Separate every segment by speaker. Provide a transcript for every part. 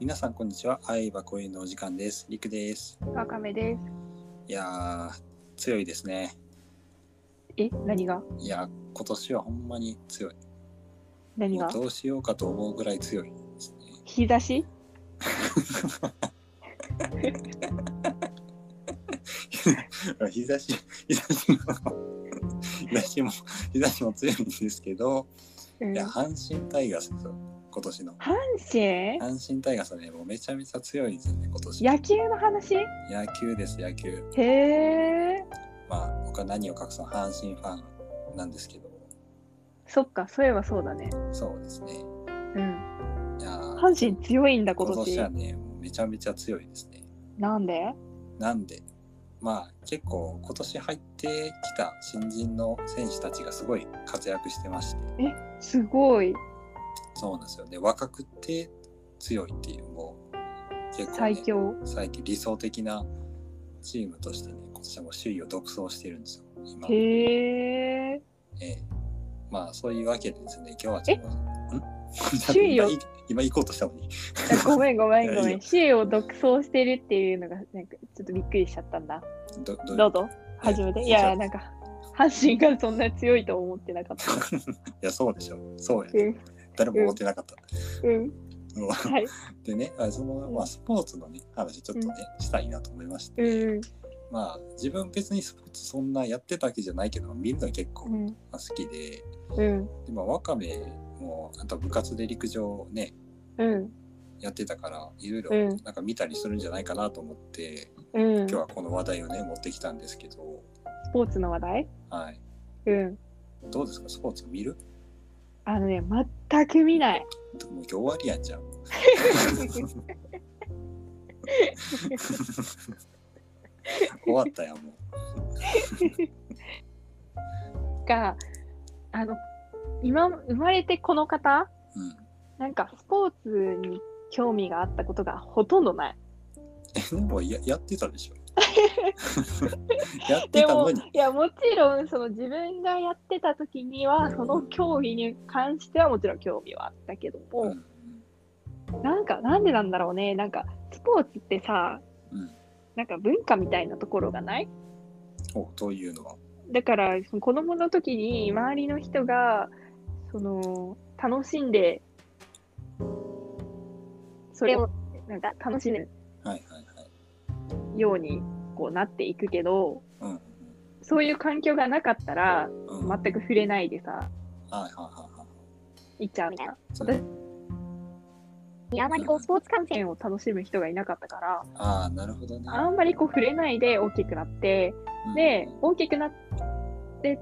Speaker 1: 皆さんこんにちは。愛は声のお時間です。りくです。
Speaker 2: わかめです。
Speaker 1: いやー、強いですね。
Speaker 2: え、何が
Speaker 1: いやー、今年はほんまに強い。
Speaker 2: 何
Speaker 1: も
Speaker 2: が
Speaker 1: うどうしようかと思うぐらい強いですね。
Speaker 2: 引き出し
Speaker 1: 日差し、 日差しも、日差しも、日差しも強いんですけど、
Speaker 2: うん
Speaker 1: いや、
Speaker 2: 阪
Speaker 1: 阪神タイガースですよ、今年の。
Speaker 2: 神
Speaker 1: 阪神タイガースはね、もうめちゃめちゃ強いですよね、今年。
Speaker 2: 野球の話
Speaker 1: 野球です、野球。
Speaker 2: へえ。
Speaker 1: まあ、僕は何を隠そう、阪神ファンなんですけど、
Speaker 2: そっか、そういえばそうだね。
Speaker 1: そうですね。
Speaker 2: うん。
Speaker 1: いやー
Speaker 2: 阪神強いんだ、今
Speaker 1: 今
Speaker 2: 年
Speaker 1: 年。はね、もうめちゃめちゃ強いですね。
Speaker 2: なんで
Speaker 1: なんで、まあ結構今年入ってきた新人の選手たちがすごい活躍してまして、
Speaker 2: すごい。
Speaker 1: そうなんですよね。若くて強いっていう、もう結構、ね、
Speaker 2: 最強。
Speaker 1: 最近理想的なチームとしてね、今年はもう首位を独走してるんですよ、今。え
Speaker 2: へえ。
Speaker 1: えまあそういうわけでですね、今日はちょっと、ん
Speaker 2: 首位を
Speaker 1: 今い今行こうとしたのに。
Speaker 2: あごめんごめんご
Speaker 1: いやい
Speaker 2: め
Speaker 1: や
Speaker 2: ん。シエを独走してるっていうのが、なんかちょっとびっくりしちゃったんだ。
Speaker 1: どど
Speaker 2: どうぞ、初めて。いや、なん
Speaker 1: か。
Speaker 2: か、阪神がそんな強いと思ってなかった。
Speaker 1: いや、そうでしょ。そうや、
Speaker 2: うん。
Speaker 1: 誰も思ってなかった。
Speaker 2: うん。
Speaker 1: うん
Speaker 2: はい。
Speaker 1: でね、あその
Speaker 2: うん
Speaker 1: まあ、スポーツのね話ちょっとね、したいなと思いまして、
Speaker 2: うん。
Speaker 1: まあ自分別にスポーツそんなやってたわけじゃないけど見るの結構
Speaker 2: う
Speaker 1: ま
Speaker 2: ん。
Speaker 1: あ好きで,、
Speaker 2: うん。
Speaker 1: でまあ、ワカメもあと部活で陸上をね
Speaker 2: うん。
Speaker 1: やってたからいろいろ
Speaker 2: うん
Speaker 1: なんか見たりするんじゃないかなと思って、
Speaker 2: うん。
Speaker 1: 今日はこの話題をね持ってきたんですけど、
Speaker 2: スポーツの話題
Speaker 1: はい、
Speaker 2: うん。
Speaker 1: どうですかスポーツ見る
Speaker 2: あのね、全く見ない。
Speaker 1: もう今日終わりやんじゃん。終わったやんも
Speaker 2: が、あの、今、生まれてこの方、
Speaker 1: う。うん、
Speaker 2: なんかスポーツに興味があったことがほとんどない。
Speaker 1: えでもややってたでしょ。 やって
Speaker 2: で
Speaker 1: たの
Speaker 2: も、
Speaker 1: に
Speaker 2: い。や、もちろん、その自分がやってた時には、その競技に関してはもちろん興味はあったけど
Speaker 1: う
Speaker 2: も、
Speaker 1: ん
Speaker 2: なんか、なんでなんだろうね。なんか、スポーツってさ、
Speaker 1: うん、
Speaker 2: なんか文化みたいなところがない
Speaker 1: おというのは。
Speaker 2: だからその子供の時に周りの人がその楽しんでそれをなんか楽しめる
Speaker 1: はいはいはい。
Speaker 2: ようにこうなっていくけど
Speaker 1: うん
Speaker 2: そういう環境がなかったら
Speaker 1: うんうん。はい
Speaker 2: 全く触れないでさ
Speaker 1: はいはいはい。
Speaker 2: 行っちゃうみたいな。
Speaker 1: そ
Speaker 2: 私
Speaker 1: れ
Speaker 2: あまりこうスポーツ観戦を楽しむ人がいなかったから
Speaker 1: ああ、なるほどね。
Speaker 2: あんまりこう触れないで大きくなって
Speaker 1: うん
Speaker 2: で大きくなってん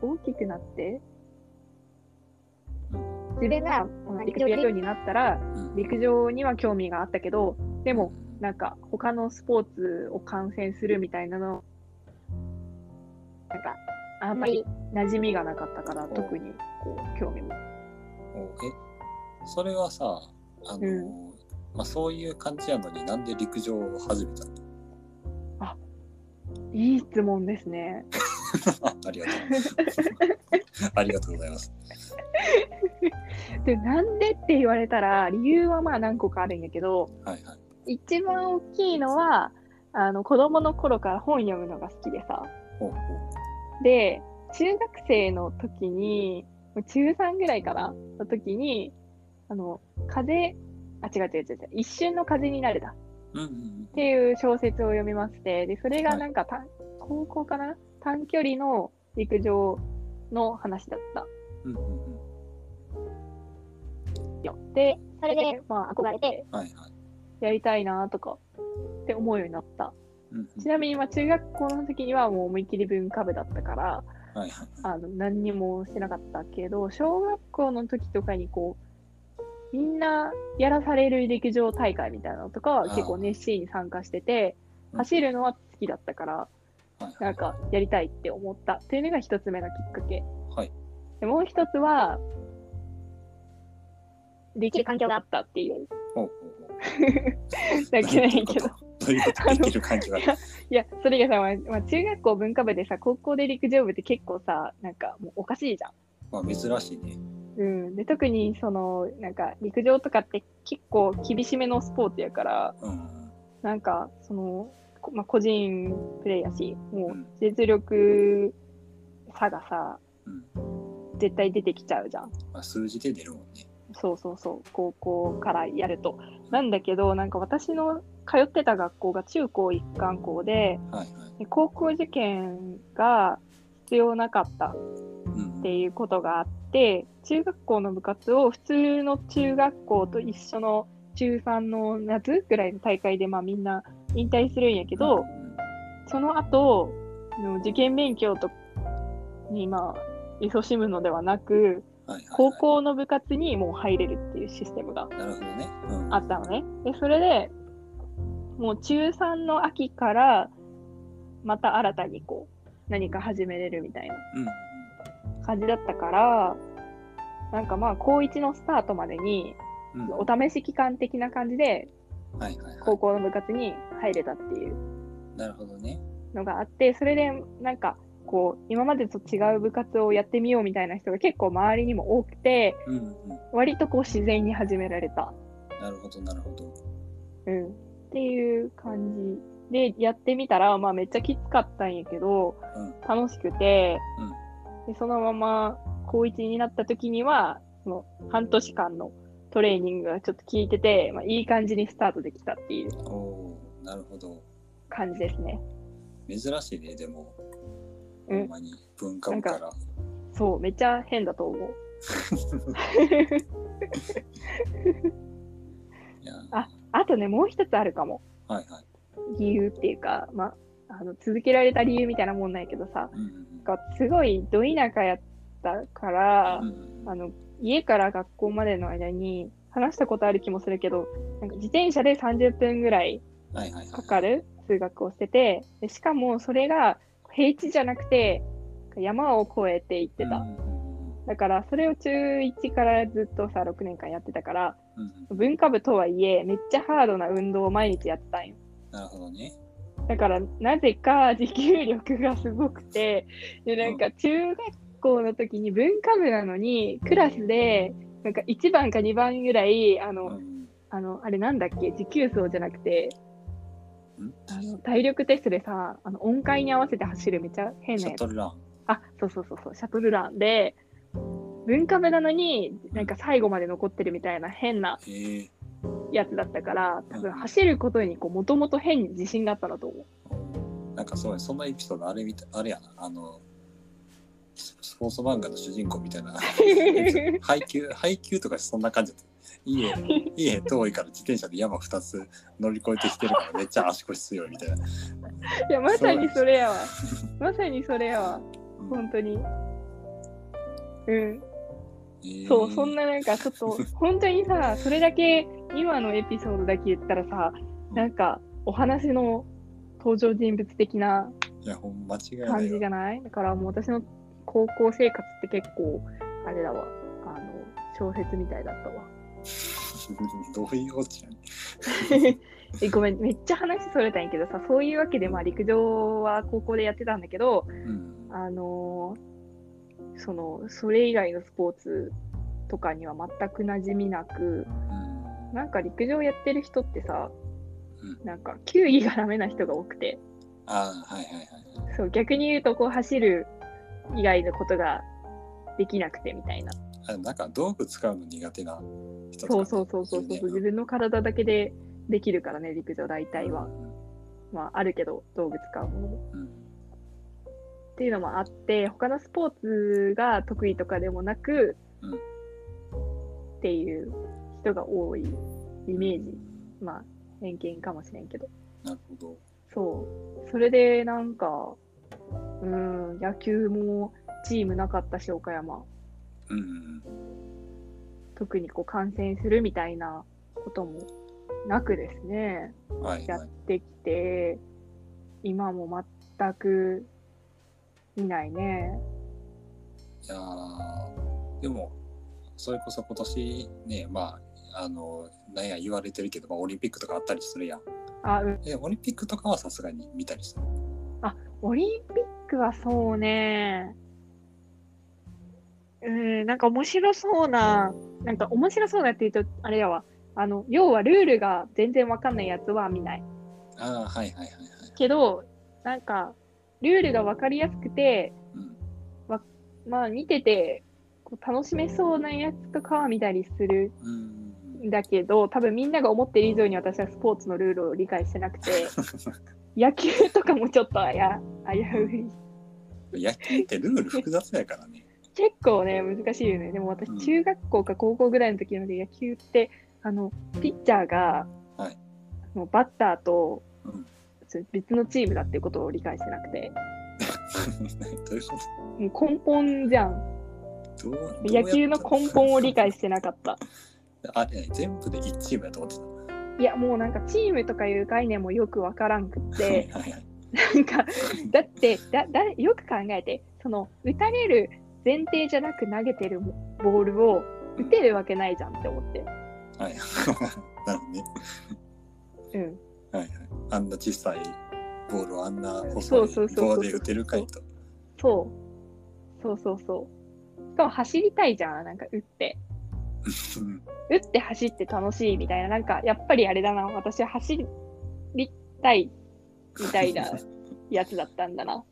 Speaker 2: 大きくなって
Speaker 1: うん
Speaker 2: 自分がまあ陸上やるようになったら
Speaker 1: うん
Speaker 2: 陸上には興味があったけどでも
Speaker 1: うん
Speaker 2: なんか他のスポーツを観戦するみたいなのなんかあんまり馴染みがなかったから
Speaker 1: うん
Speaker 2: 特にこう興味も
Speaker 1: おえ、それはさ、あのー、まあそういう感じやのになんで陸上を始めたの
Speaker 2: いい質問ですね
Speaker 1: ありがとう。ありがとうございます。
Speaker 2: でなんでって言われたら理由はまあ何個かあるんやけど
Speaker 1: はいはい。
Speaker 2: 一番大きいのはあの子供の頃から本読むのが好きでさ
Speaker 1: ほうほ
Speaker 2: で中学生の時に中3ぐらいかなの時にあの風あ違う違う違う違う一瞬の風になれたっ
Speaker 1: う。うんうん
Speaker 2: ていう小説を読みましてでそれがなんかた、高校かな短距離の陸上の話だった
Speaker 1: うん。うんうんうん。
Speaker 2: よでそれでまあ憧れて
Speaker 1: はいはい。
Speaker 2: やりたいなとかって思うようになった
Speaker 1: うんうん
Speaker 2: ちなみにまあ中学校の時にはもう思いっきり文化部だったから
Speaker 1: はいはい。
Speaker 2: あの何にもしてなかったけど小学校の時とかにこうみんなやらされる陸上大会みたいなのとかは結構熱心に参加してて
Speaker 1: うん
Speaker 2: 走るのは好きだったから
Speaker 1: はいはい
Speaker 2: なんかやりたいって思ったっていうのが一つ目のきっかけ
Speaker 1: はい。
Speaker 2: でもう一つはできる環境があったっていう
Speaker 1: ほうほうほう。
Speaker 2: だけないけど
Speaker 1: どういうこと。どういうことできる感じが。
Speaker 2: いやそれがさ、まあまあ、中学校文化部でさ高校で陸上部って結構さなんかもうおかしいじゃん
Speaker 1: まあ珍しいね。
Speaker 2: うん、で特にそのなんか陸上とかって結構厳しめのスポーツやから
Speaker 1: うん
Speaker 2: なんかその、こまあ、個人プレーやしも
Speaker 1: うん
Speaker 2: う実力差がさ
Speaker 1: うん
Speaker 2: 絶対出てきちゃうじゃん
Speaker 1: まあ、数字で出るもんね。
Speaker 2: そうそうそう高校からやるとなんだけどなんか私の通ってた学校が中高一貫校で
Speaker 1: はいはい。
Speaker 2: で高校受験が必要なかった
Speaker 1: うん
Speaker 2: っていうことがあって中学校の部活を普通の中学校と一緒の中3の夏ぐらいの大会でまあみんな引退するんやけど
Speaker 1: うん
Speaker 2: その後の受験勉強とにまあ勤しむのではなく
Speaker 1: はいはいはい
Speaker 2: 高校の部活にもう入れるっていうシステムが
Speaker 1: なるほどね。うん
Speaker 2: あったのね。でそれでもう中3の秋からまた新たにこう何か始めれるみたいな。
Speaker 1: うん
Speaker 2: 感じだったから、なんかまあ、高1のスタートまでに、
Speaker 1: うん
Speaker 2: お試し期間的な感じで、
Speaker 1: はいはいは
Speaker 2: 高校の部活に入れたっていう
Speaker 1: い。なるほどね。
Speaker 2: のがあって、それで、なんか、こう、今までと違う部活をやってみようみたいな人が結構周りにも多くて、
Speaker 1: うんうん。
Speaker 2: 割とこう、自然に始められた。
Speaker 1: なるほどなるほど。
Speaker 2: うん。っていう感じで、やってみたら、まあ、めっちゃきつかったんやけど、
Speaker 1: うん
Speaker 2: 楽しくて、でそのまま高1になった時にはその半年間のトレーニングがちょっと効いてて、まあ、いい感じにスタートできたっていう
Speaker 1: おおーなるほど。
Speaker 2: 感じですね
Speaker 1: 珍しいねでも。
Speaker 2: う
Speaker 1: ほ
Speaker 2: ん
Speaker 1: んまに文化部から。
Speaker 2: そうめっちゃ変だと思う
Speaker 1: いや
Speaker 2: あとねもう一つあるかも
Speaker 1: はいはい。
Speaker 2: 理由っていうか、まあ、あの続けられた理由みたいなもんなんやけどさ
Speaker 1: うん
Speaker 2: なんかすごいど田舎やったから、
Speaker 1: うんうん。
Speaker 2: あの家から学校までの間に話したことある気もするけどなんか自転車で30分ぐらい
Speaker 1: はいはいはい。
Speaker 2: かかる通学をしててでしかもそれが平地じゃなくて山を越えて行って
Speaker 1: う
Speaker 2: た、
Speaker 1: んうん
Speaker 2: だからそれを中1からずっとさ6年間やってたから
Speaker 1: うんうん。
Speaker 2: 文化部とはいえめっちゃハードな運動を毎日やってたんよ
Speaker 1: なるほどね。
Speaker 2: だからなぜか持久力がすごくてでなんか中学校の時に文化部なのにクラスでなんか1番か2番ぐらいあ
Speaker 1: うんう
Speaker 2: の
Speaker 1: ん
Speaker 2: あのあれなんだっけ持久走じゃなくて
Speaker 1: うん
Speaker 2: あの体力テストでさあの音階に合わせて走るめっちゃ変
Speaker 1: シ
Speaker 2: な
Speaker 1: ャ
Speaker 2: やつ
Speaker 1: トルラン。
Speaker 2: あそうそうそうそうシャトルランで文化部なのになんか最後まで残ってるみたいな変な
Speaker 1: へえ。
Speaker 2: やつだったから多分走ることにもともと変に自信があったなと思う
Speaker 1: なんかそうやそんなエピソードあれみたあれやなあのススポーツ漫画の主人公みたいな 配給配給とかそんな感じだった家家遠いから自転車で山2つ乗り越えてきてるからめっちゃ足腰強いみたいな、
Speaker 2: いやまさにそれやわまさにそれやわ
Speaker 1: うん
Speaker 2: 本当にうん
Speaker 1: えー
Speaker 2: そうそんななんかちょっ と本当にさそれだけ今のエピソードだけ言ったらさなんかお話の登場人物的ない
Speaker 1: やほんま間違いな
Speaker 2: 感
Speaker 1: い
Speaker 2: じじ
Speaker 1: よ
Speaker 2: ゃないだからもう私の高校生活って結構あれだわあの小説みたいだ ったわ
Speaker 1: どういうオチやね
Speaker 2: えごめんめっちゃ話それたんやけどさそういうわけで、まあ、陸上は高校でやってたんだけど
Speaker 1: んうん
Speaker 2: あのーそのそれ以外のスポーツとかには全く馴染みなくなんか陸上やってる人ってさ
Speaker 1: うん
Speaker 2: なんか球技がダメな人が多くて
Speaker 1: あーはいはいはい
Speaker 2: そう逆に言うとこう走る以外のことができなくてみたいな
Speaker 1: あでもなんか道具使うの苦手な人とか
Speaker 2: そうそうそうそうそう、
Speaker 1: いるね
Speaker 2: 自分の体だけでできるからね陸上大体は、まあ、あるけど道具使うものも
Speaker 1: うん
Speaker 2: っていうのもあって他のスポーツが得意とかでもなく、
Speaker 1: うん
Speaker 2: っていう人が多いイメージ、まあ偏見かもしれんけど
Speaker 1: なるほど
Speaker 2: そうそれでなんかうん野球もチームなかったし岡山
Speaker 1: うんうん
Speaker 2: 特にこう感染するみたいなこともなくですね
Speaker 1: うんはい
Speaker 2: や
Speaker 1: は
Speaker 2: っ
Speaker 1: い
Speaker 2: てきて、今も全くいないね。
Speaker 1: いやーでもそれこそ今年ねまああのなんや言われてるけど、まあ、オリンピックとかあったりするやん
Speaker 2: あ、うん、
Speaker 1: えオリンピックとかはさすがに見たりする
Speaker 2: オリンピックはそうね。ううん、なんか面白そうな、なんか面白そうなって言うと、あれやわ。あの、要はルールが全然わかんないやつは見ない。
Speaker 1: ああ、はいはいはいはい。
Speaker 2: けど、なんか、ルールがわかりやすくて、
Speaker 1: うん
Speaker 2: まあ見てて、こう楽しめそうなやつとかは見たりする
Speaker 1: うん。
Speaker 2: んだけど、多分みんなが思ってる以上に私はスポーツのルールを理解してなくて、野球とかもちょっとあや危うい。
Speaker 1: 野球ってルール複雑やからね。
Speaker 2: 結構ね、難しいよね。でも私
Speaker 1: うん、
Speaker 2: 中学校か高校ぐらいの時まで野球って、あの、ピッチャーが、
Speaker 1: はい
Speaker 2: あのバッターと
Speaker 1: うん
Speaker 2: 別のチームだっていうことを理解してなくて、
Speaker 1: どういうこ
Speaker 2: もう根本じゃん。
Speaker 1: とどうどうやった
Speaker 2: 野球の根本を理解してなかった。
Speaker 1: あれ全部で1チームやと思ってた。
Speaker 2: いや、もうなんかチームとかいう概念もよくわからんくって、
Speaker 1: はいはい。
Speaker 2: なんか、だってだだ、よく考えて、その、打たれる前提じゃなく投げてるボールを打てるわけないじゃんって思って。
Speaker 1: はい。なるほどね。
Speaker 2: うん。
Speaker 1: はいはい。あんな小さいボールをあんな
Speaker 2: そ
Speaker 1: 細
Speaker 2: う
Speaker 1: い
Speaker 2: そうそうそう
Speaker 1: 棒で打てるかいと。
Speaker 2: そう。そうそうそう。しかも走りたいじゃん、なんか打って。
Speaker 1: うん
Speaker 2: 打って走って楽しいみたいな、なんかやっぱりあれだな、私は走りたいみたい なやつだったんだな。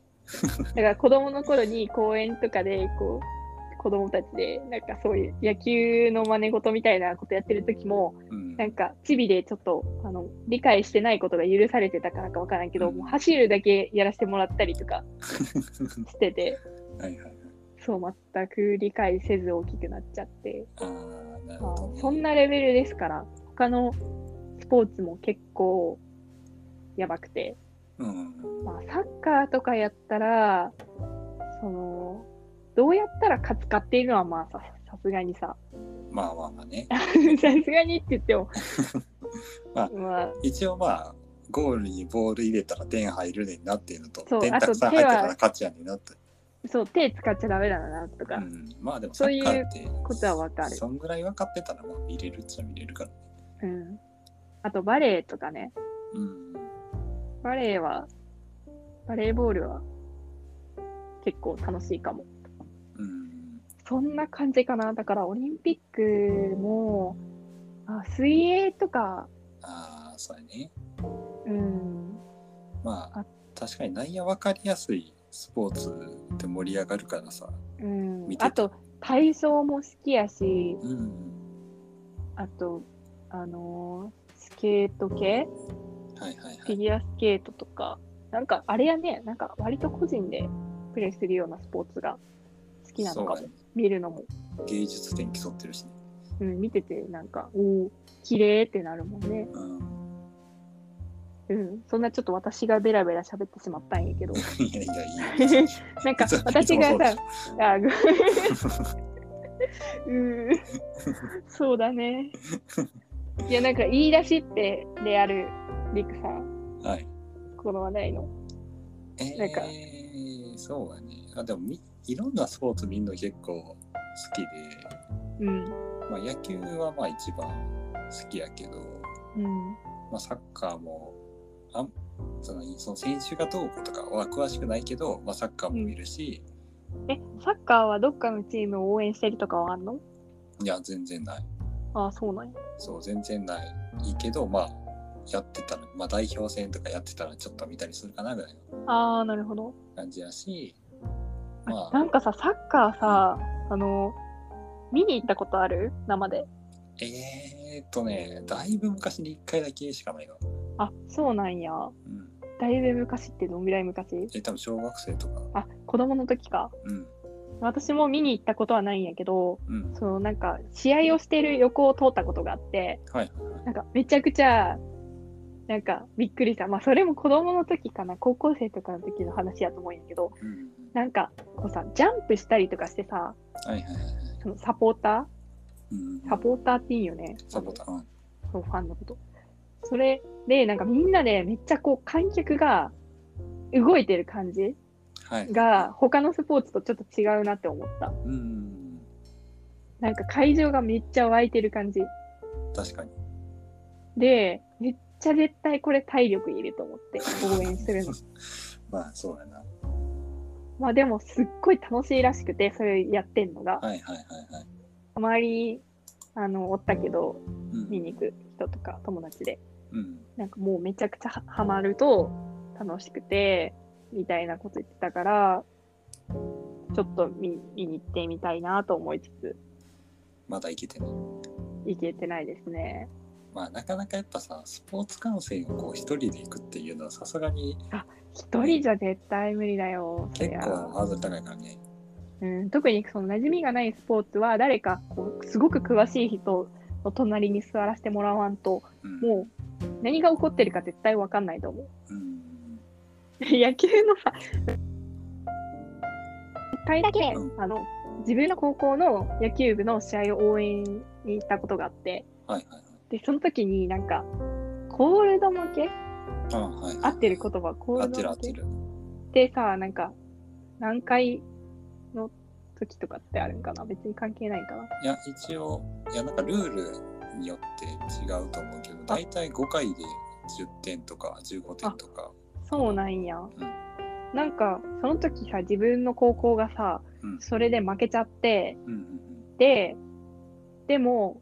Speaker 2: だから子供の頃に公園とかで、こう、子供たちで、なんかそういう野球の真似事みたいなことやってる時も、
Speaker 1: うん
Speaker 2: なんか、チビでちょっと、あの、理解してないことが許されてたからかわからんけど、もう走るだけやらせてもらったりとかしてて、
Speaker 1: はいはい。
Speaker 2: そう、全く理解せず大きくなっちゃって、
Speaker 1: ああ、なる
Speaker 2: ま
Speaker 1: ほど、
Speaker 2: あ、
Speaker 1: ね。
Speaker 2: そんなレベルですから、他のスポーツも結構やばくて、
Speaker 1: うん。
Speaker 2: まあ、サッカーとかやったら、その、どうやったら勝つかっていうのは、まあさ、さすがにさ、
Speaker 1: まあまあまあね。、
Speaker 2: さすがにって言っても
Speaker 1: まあ
Speaker 2: まあ、
Speaker 1: 一応まあ、ゴールにボール入れたら点入るねんなっていうのと、
Speaker 2: そう
Speaker 1: 点
Speaker 2: あと
Speaker 1: たくさん入ってた
Speaker 2: 手
Speaker 1: ら
Speaker 2: は
Speaker 1: 勝ちやねんなって。
Speaker 2: そう、手使っちゃダメだな、と
Speaker 1: う
Speaker 2: か、
Speaker 1: ん、まあでもサ
Speaker 2: そうい
Speaker 1: ッ
Speaker 2: う
Speaker 1: カーって
Speaker 2: ことはわかる
Speaker 1: そんぐらい分かってたらまあ見れるっちゃ見れるから。
Speaker 2: うん。あと、バレエとかね、
Speaker 1: うん。
Speaker 2: バレエは、バレーボールは結構楽しいかも。
Speaker 1: うん。
Speaker 2: そんな感じかな。だからオリンピックも、あ水泳とか、
Speaker 1: ああ、そうやね。
Speaker 2: うん、
Speaker 1: まあ
Speaker 2: あ、
Speaker 1: 確かに内野分かりやすいスポーツって盛り上がるからさ。
Speaker 2: うん
Speaker 1: 見、てた
Speaker 2: あと体操も好きやし、
Speaker 1: うん。
Speaker 2: あと、あのースケート系、
Speaker 1: はいはいは
Speaker 2: フィ
Speaker 1: い。
Speaker 2: ギュアスケートとか、なんかあれやね、なんか割と個人でプレーするようなスポーツが好きなのか
Speaker 1: そうや、
Speaker 2: も
Speaker 1: ね
Speaker 2: 見るのも、
Speaker 1: 芸術点競ってるしね。
Speaker 2: うん、見ててなんか、おー綺麗ってなるもんね。
Speaker 1: うん。
Speaker 2: うん、そんなちょっと私がベラベラ喋ってしまったんやけど、
Speaker 1: いやいや、いいよ。
Speaker 2: なんか
Speaker 1: いつも
Speaker 2: 私 が
Speaker 1: いつもそうで
Speaker 2: さ
Speaker 1: し、
Speaker 2: あぐうーんそうだね。いや、なんか言い出しってである、りくさん、
Speaker 1: ょはい。
Speaker 2: この話題の。
Speaker 1: えー、
Speaker 2: なんか
Speaker 1: そうやね。あ、でもみ、いろんなスポーツ見るの結構好きで、
Speaker 2: うん。
Speaker 1: まあ野球はまあ一番好きやけど、
Speaker 2: うん。
Speaker 1: まあサッカーも、あんそのその選手がどうこうとかは詳しくないけど、まあサッカーも見るし、
Speaker 2: え、サッカーはどっかのチームを応援してるとかはあんの
Speaker 1: いや、全然ない。
Speaker 2: ああ、そうなんや。
Speaker 1: そう、全然ない。いいけど、まあ、やってたら、まあ代表戦とかやってたらちょっと見たりするかなぐらいの
Speaker 2: ああ、なるほど。
Speaker 1: 感じやし、
Speaker 2: あ
Speaker 1: ま
Speaker 2: な
Speaker 1: あ、
Speaker 2: んかさ、サッカーさ、あの、見に行ったことある生で。
Speaker 1: えー、っとね、だいぶ昔に1回だけしかないの。
Speaker 2: あ、そうなんや。
Speaker 1: うん。
Speaker 2: だいぶ昔ってどんぐらい昔
Speaker 1: え、多分小学生とか。
Speaker 2: あ、子供の時か。
Speaker 1: うん。
Speaker 2: 私も見に行ったことはないんやけど、
Speaker 1: うん。
Speaker 2: そのなんか試合をしてる横を通ったことがあって
Speaker 1: はい。
Speaker 2: なんかめちゃくちゃなんかびっくりしたまあそれも子供の時かな高校生とかの時の話やと思うんやけど
Speaker 1: うん。
Speaker 2: なんかこうさジャンプしたりとかしてさ
Speaker 1: はいはいはいはい。
Speaker 2: そのサポータ
Speaker 1: うん
Speaker 2: ーサポーターっていいよね
Speaker 1: サボタン。
Speaker 2: そうファンのことそれでなんかみんなでめっちゃこう観客が動いてる感じ
Speaker 1: はい。
Speaker 2: が他のスポーツとちょっと違うなって思った
Speaker 1: うん。
Speaker 2: なんか会場がめっちゃ湧いてる感じ
Speaker 1: 確かに。
Speaker 2: で、めっちゃ絶 対これ体力いると思って応援するの。
Speaker 1: まあ、そうやな。
Speaker 2: まあでもすっごい楽しいらしくて、それやってんの
Speaker 1: は
Speaker 2: が、
Speaker 1: いはいはいはい。
Speaker 2: 周りにあのおったけど、
Speaker 1: う
Speaker 2: 見
Speaker 1: ん。
Speaker 2: に行く人とか友達で、
Speaker 1: うん、
Speaker 2: なんかもうめちゃくちゃはハマると楽しくて、みたいなこと言ってたから、ちょっと見見に行ってみたいなと思いつつ、
Speaker 1: まだいけてない。
Speaker 2: 行けてないですね。
Speaker 1: まあなかなかやっぱさ、スポーツ観戦をこう一人で行くっていうのはさすがに
Speaker 2: 一人じゃ絶対無理だよ、そ
Speaker 1: 結
Speaker 2: りゃ。
Speaker 1: 構ハードル高いからね。
Speaker 2: うん、特にその馴染みがないスポーツは誰かこうすごく詳しい人の隣に座らせてもらわんと
Speaker 1: うん。
Speaker 2: もう何が起こってるか絶対分かんないと思う。
Speaker 1: う ん。
Speaker 2: 野球のさ一回だけ
Speaker 1: う
Speaker 2: あの自分の高校の野球部の試合を応援に行ったことがあって
Speaker 1: はいはいはい。
Speaker 2: でその時になんかコールド負け
Speaker 1: あはい、
Speaker 2: 合ってる言葉コー
Speaker 1: 合っ
Speaker 2: ル
Speaker 1: てる
Speaker 2: ド
Speaker 1: 合っ
Speaker 2: 負け
Speaker 1: て
Speaker 2: っ
Speaker 1: る。
Speaker 2: てさなんか何回の時とかってあるんかな別に関係ないかない
Speaker 1: や、一応、いや、なんかルールによって違うと思うけど、大体5回で10点とか15点とか。
Speaker 2: そうなんや。なんか、その時さ、自分の高校がさ、
Speaker 1: うん
Speaker 2: それで負けちゃって、
Speaker 1: うんうん
Speaker 2: で、でも、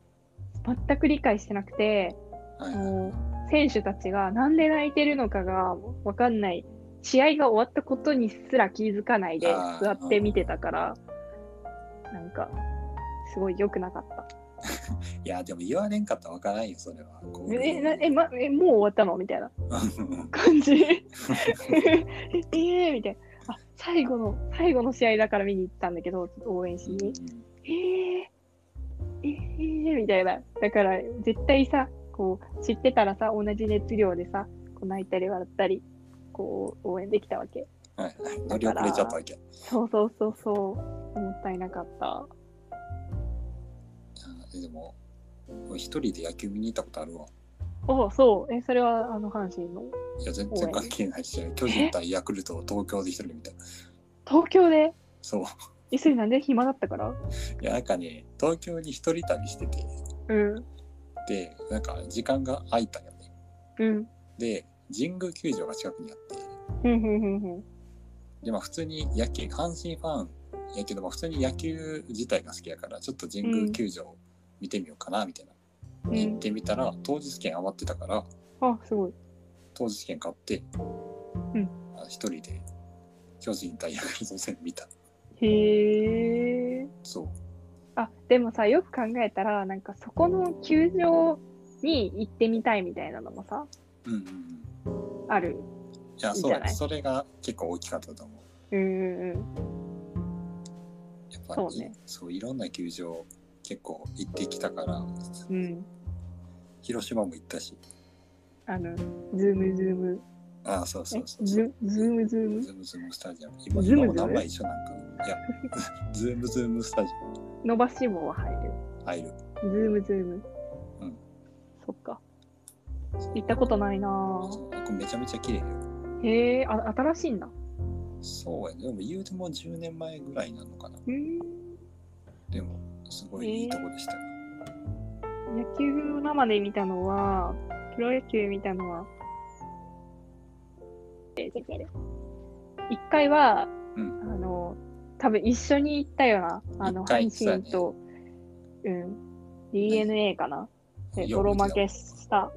Speaker 2: 全く理解してなくて、
Speaker 1: うん。はいはい
Speaker 2: もう、選手たちがなんで泣いてるのかがわかんない。試合が終わったことにすら気づかないで
Speaker 1: あー
Speaker 2: 座って見てたから、なんか、すごい良くなかった。
Speaker 1: いや、でも言われんかったらわからんよ、それは。こう
Speaker 2: え、なえ、ま、え、もう終わったのみたいな。
Speaker 1: うん
Speaker 2: 感じ ええみたいなあ最後の最後の試合だから見に行ったんだけど応援しにええええみたいなだから絶対さこう知ってたらさ同じ熱量でさこう泣いたり笑ったりこう応援できたわけ
Speaker 1: はいはい。乗り遅れちゃったわけ。
Speaker 2: そうそうそうそうもったいなかった
Speaker 1: あでも、一人で野球見に行ったことあるわ。
Speaker 2: おそうえそれはあの阪神の
Speaker 1: いや、全然関係ないし、巨人対ヤクルトを東京で一人みたいな。
Speaker 2: 東京で
Speaker 1: そう。
Speaker 2: えそれなんで暇だったから
Speaker 1: いや、なんかね、東京に一人旅してて、
Speaker 2: うん
Speaker 1: で、なんか時間が空いたよね。
Speaker 2: うん
Speaker 1: で、神宮球場が近くにあって、
Speaker 2: ふんふんふんふん
Speaker 1: で、まあ普通に野球、阪神ファンやけど、まあ普通に野球自体が好きやから、ちょっと神宮球場見てみようかな、みたいな。
Speaker 2: う
Speaker 1: 行っ
Speaker 2: ん
Speaker 1: てみたら、当日券余ってたから、
Speaker 2: あすごい
Speaker 1: 当日券買って、
Speaker 2: ん
Speaker 1: あ一人で巨人対ヤクルト戦見た。
Speaker 2: へえ
Speaker 1: そう。
Speaker 2: あでもさよく考えたらなんかそこの球場に行ってみたいみたいなのもさ
Speaker 1: うんうんうん。
Speaker 2: ある
Speaker 1: いや、
Speaker 2: いい
Speaker 1: そうだ
Speaker 2: じゃない
Speaker 1: ね。それが結構大きかったと思う。
Speaker 2: うんうんうん
Speaker 1: やっぱ
Speaker 2: そ
Speaker 1: り
Speaker 2: うね
Speaker 1: そういろんな球場結構行ってきたから、
Speaker 2: うん
Speaker 1: 広島も行ったし。
Speaker 2: あのズームズーム
Speaker 1: ああ、そうそ
Speaker 2: え
Speaker 1: うそうそう。
Speaker 2: ズズームズーム
Speaker 1: ズームズームスタジアム。今、
Speaker 2: ズーム
Speaker 1: 今も
Speaker 2: ズーム
Speaker 1: 名前一緒なんか。いや、 ズームズームスタジ
Speaker 2: 伸ばし棒は入る
Speaker 1: アム入る。
Speaker 2: ズームズーム
Speaker 1: うん
Speaker 2: そっか行ったことないな
Speaker 1: そうこれめちゃめちゃ綺麗よ。
Speaker 2: ぁへえあ新しいんだ
Speaker 1: そうやね。でも言うても10年前ぐらいなのかな。
Speaker 2: うん
Speaker 1: でも、すごいいいとこでしたよ。
Speaker 2: 野球を生で見たのはプロ野球見たのはえ出てる一回は、
Speaker 1: うん
Speaker 2: あの多分一緒に行ったよなあの
Speaker 1: 一回
Speaker 2: 阪神とう、ん DNA かなで
Speaker 1: いや
Speaker 2: 泥負けした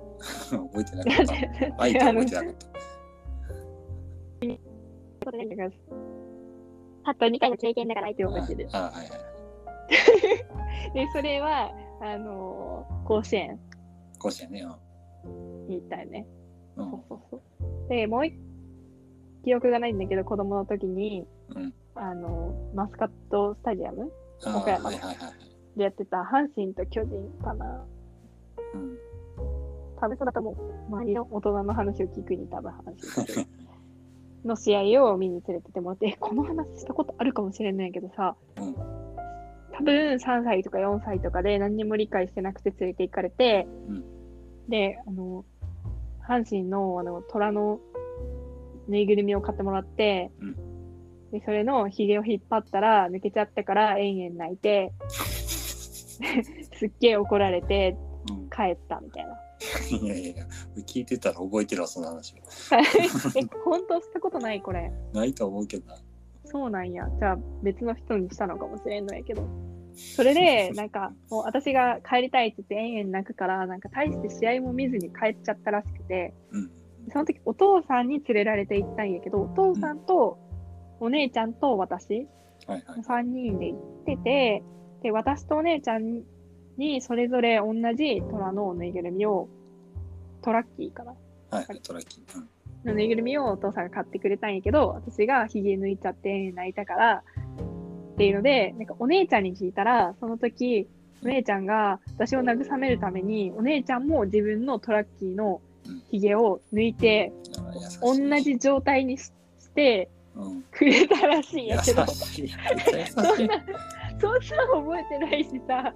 Speaker 1: 覚えてなかった。相手は覚えてなかった。
Speaker 2: たった2回の経験だから相手を 覚えてる
Speaker 1: ああ、はいはい。
Speaker 2: でそれはあの甲子園
Speaker 1: 甲子園ね。
Speaker 2: に行ったよね
Speaker 1: う。
Speaker 2: そうんそうそう。で、もう一記憶がないんだけど、子供の時に、
Speaker 1: うん。
Speaker 2: あの、マスカットスタジアム
Speaker 1: ああ、は
Speaker 2: 岡
Speaker 1: い
Speaker 2: 山
Speaker 1: はいはいはい。
Speaker 2: でやってた阪神と巨人かな。
Speaker 1: うん。
Speaker 2: 多分そだともう、周りの大人の話を聞くに多分阪神との試合を見に連れてってもらって、え この話したことあるかもしれないけどさ、
Speaker 1: うん
Speaker 2: 多分3歳とか4歳とかで何にも理解してなくて連れて行かれて、
Speaker 1: うん
Speaker 2: で、あの、阪神のあの虎のぬいぐるみを買ってもらって、
Speaker 1: うん
Speaker 2: でそれのひげを引っ張ったら抜けちゃったから延々泣 いてすっげえ怒られて
Speaker 1: うん
Speaker 2: 帰ったみたいな
Speaker 1: いやいやいや、聞いてたら覚えてるわ、その話。
Speaker 2: え本当したことないこれ
Speaker 1: ないと思うけどな。
Speaker 2: そうなんや。じゃあ別の人にしたのかもしれんのやけど。それで、なんか、もう私が帰りたいって言って、延々泣くから、なんか大して試合も見ずに帰っちゃったらしくて、
Speaker 1: うん。
Speaker 2: その時お父さんに連れられて行ったんやけど、お父さんとお姉ちゃんと私、
Speaker 1: はいはい。
Speaker 2: 3人で行ってて、で、私とお姉ちゃんにそれぞれ同じ虎のぬいぐるみを、トラッキーかな
Speaker 1: はいはい、トラッキー。うん。
Speaker 2: のぬいぐるみをお父さんが買ってくれたんやけど、私がひげ抜いちゃって泣いたから、っていうので、なんかお姉ちゃんに聞いたら、その時、お姉ちゃんが私を慰めるために、お姉ちゃんも自分のトラッキーのひげを抜いて、
Speaker 1: あ優しい
Speaker 2: 同。じ状態にしして
Speaker 1: うん。
Speaker 2: くれたらしいん
Speaker 1: 優
Speaker 2: やけど、
Speaker 1: しい。めっちゃ優しい。
Speaker 2: そんなん覚えてないしさ、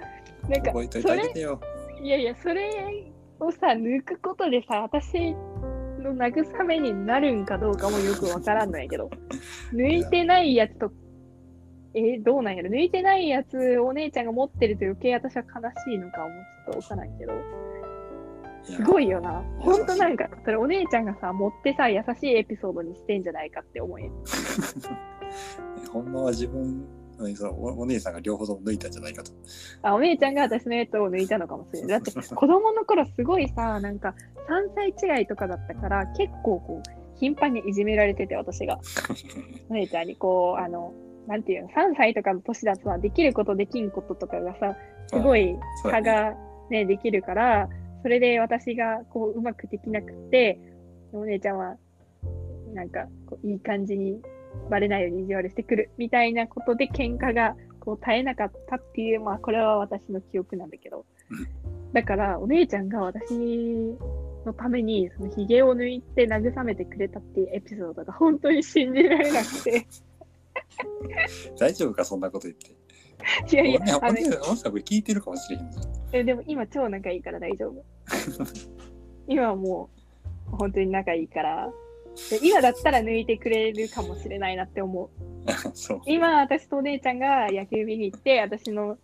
Speaker 2: な
Speaker 1: 覚
Speaker 2: んか
Speaker 1: えといて
Speaker 2: そ
Speaker 1: あげ
Speaker 2: れ、
Speaker 1: てよ。
Speaker 2: いやいや、それをさ、抜くことでさ、私の慰めになるんかどうかもよくわからんのやけど、抜いてないやつと、えどうなんやろ、抜いてないやつお姉ちゃんが持ってると余計私は悲しいのかもちょっとわからんけど、
Speaker 1: いや
Speaker 2: すごいよな。ほんとなんか、それお姉ちゃんがさ、持ってさ、優しいエピソードにしてんじゃないかって思え。
Speaker 1: ほんまは自分、うんそうおお姉さんが両方とも抜いたんじゃないかと。
Speaker 2: あ、お姉ちゃんが私のやつを抜いたのかもしれない。だって子供の頃すごいさ、なんか3歳違いとかだったから、結構こう、頻繁にいじめられてて、私が。お姉ちゃんにこう、あの、なんていうの、3歳とかの年だとさ、できることできんこととかがさ、すごい
Speaker 1: そう
Speaker 2: 差
Speaker 1: やね
Speaker 2: がね、できるから、それで私がこう、うまくできなくって、お姉ちゃんは、なんか、こういい感じにバレないように意地悪してくる、みたいなことで喧嘩が、こう、絶えなかったっていう、まあ、これは私の記憶なんだけど
Speaker 1: うん。
Speaker 2: だから、お姉ちゃんが私のために、その髭を抜いて慰めてくれたっていうエピソードが本当に信じられな くて。
Speaker 1: 大丈夫か、そんなこと言って。
Speaker 2: いや
Speaker 1: お
Speaker 2: い
Speaker 1: 姉
Speaker 2: や、
Speaker 1: お
Speaker 2: あの
Speaker 1: 姉、お姉さんこれ聞いてるかもしれへんじゃん。
Speaker 2: えでも今超仲いいから大丈夫今はもう本当に仲いいからで今だったら抜いてくれるかもしれないなって思う
Speaker 1: そう。
Speaker 2: 今私とお姉ちゃんが野球見に行って私の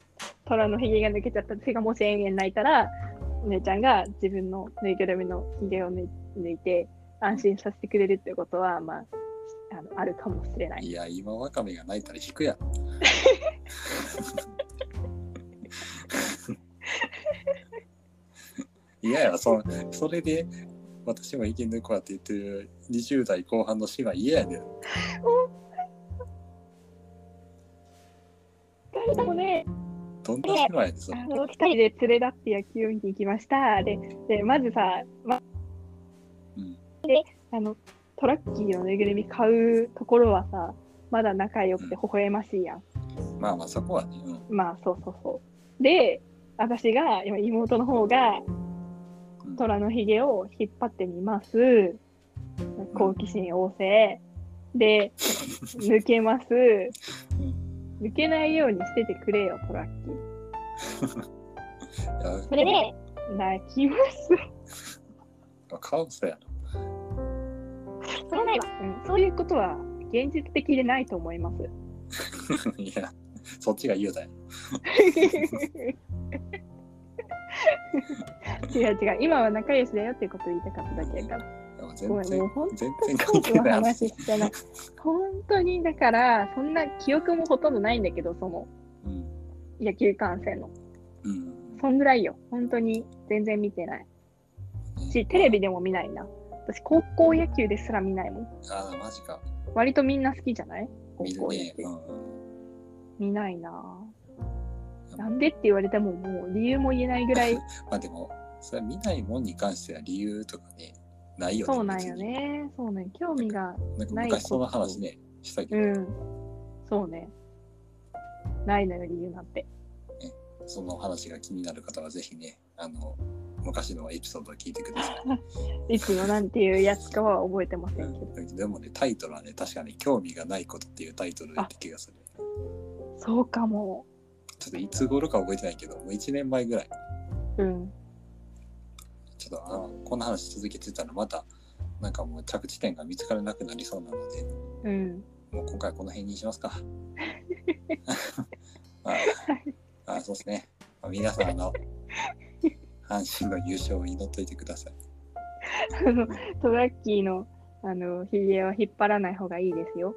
Speaker 2: 虎のひげが抜けちゃった私がもし永遠泣いたらお姉ちゃんが自分のぬいぐるみのひげを抜い抜いて安心させてくれるってことはまああのあるかもしれない
Speaker 1: いや、今ワカメが泣いたら引く やん。いやや、そそれで私も意見抜こうやって言ってる20代後半の姉妹嫌やで。
Speaker 2: 二人ともね
Speaker 1: どんな姉妹やで、そ
Speaker 2: あ
Speaker 1: れ。
Speaker 2: の2人で連れ立って野球を見に行きましたででまずさ、ま
Speaker 1: うん
Speaker 2: あのトラッキーのぬいぐるみ買うところはさまだ仲良くて微笑ましいやん、
Speaker 1: まあまあそこはね、うん
Speaker 2: まあそうそうそうで私が今妹の方
Speaker 1: う
Speaker 2: が
Speaker 1: ん
Speaker 2: 虎のひげを引っ張ってみます好奇心旺盛 で抜けます抜けないようにしててくれよトラッキー
Speaker 1: いや
Speaker 2: それで泣きます
Speaker 1: カオスやろ。
Speaker 2: それはないわ、うん、そういうことは現実的でないと思います
Speaker 1: いや、そっちが言うだよ。
Speaker 2: 違う違う今は仲良しだよっていうことを言いたかっただけやから
Speaker 1: いや
Speaker 2: ご
Speaker 1: 全
Speaker 2: めんもう
Speaker 1: 然、
Speaker 2: 本
Speaker 1: 全
Speaker 2: 当
Speaker 1: 然
Speaker 2: に
Speaker 1: 関係ない
Speaker 2: 話
Speaker 1: 話。
Speaker 2: してない本当にだからそんな記憶もほとんどないんだけどその
Speaker 1: うん。
Speaker 2: 野球観戦の
Speaker 1: うん。
Speaker 2: そんぐらいよ本当に全然見てないしテレビでも見ないな私高校野球ですら見ないもん
Speaker 1: ああ、マジか。
Speaker 2: 割とみんな好きじゃない高
Speaker 1: 見る
Speaker 2: 校野
Speaker 1: ね。
Speaker 2: 球
Speaker 1: うん
Speaker 2: 見ないなぁなんでって言われてももう理由も言えないぐら い
Speaker 1: まあでも、それは見ないもんに関しては理由とかね、ないよね。
Speaker 2: そうなんよねそうね興味が
Speaker 1: 別に。なんか昔その話ね、したけ
Speaker 2: う
Speaker 1: ど、
Speaker 2: んそうねないのよ理由なんて
Speaker 1: その話が気になる方はぜひね、あの、昔のエピソードを聞いてくださ い。
Speaker 2: いつのなんていうやつかは覚えてませんけど
Speaker 1: うんでもね、タイトルはね、確かに興味がないことっていうタイトルだった気がする。
Speaker 2: そうかも
Speaker 1: ちょっといつ頃か覚えてないけど、もう1年前ぐらい。
Speaker 2: うん
Speaker 1: ちょっとあのこんな話続けてたらまたなんかもう着地点が見つからなくなりそうなので
Speaker 2: うん
Speaker 1: もう今回はこの辺にしますか。ああそうですね。まあ皆さんあの阪神の優勝を祈っといてください。
Speaker 2: あのトラッキーのあのひげは引っ張らない方がいいですよ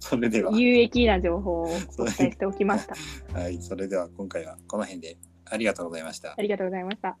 Speaker 1: それでは、
Speaker 2: 有益な情報をお伝えしておきました。
Speaker 1: はい、それでは今回はこの辺でありがとうございました
Speaker 2: あ。りがとうございました。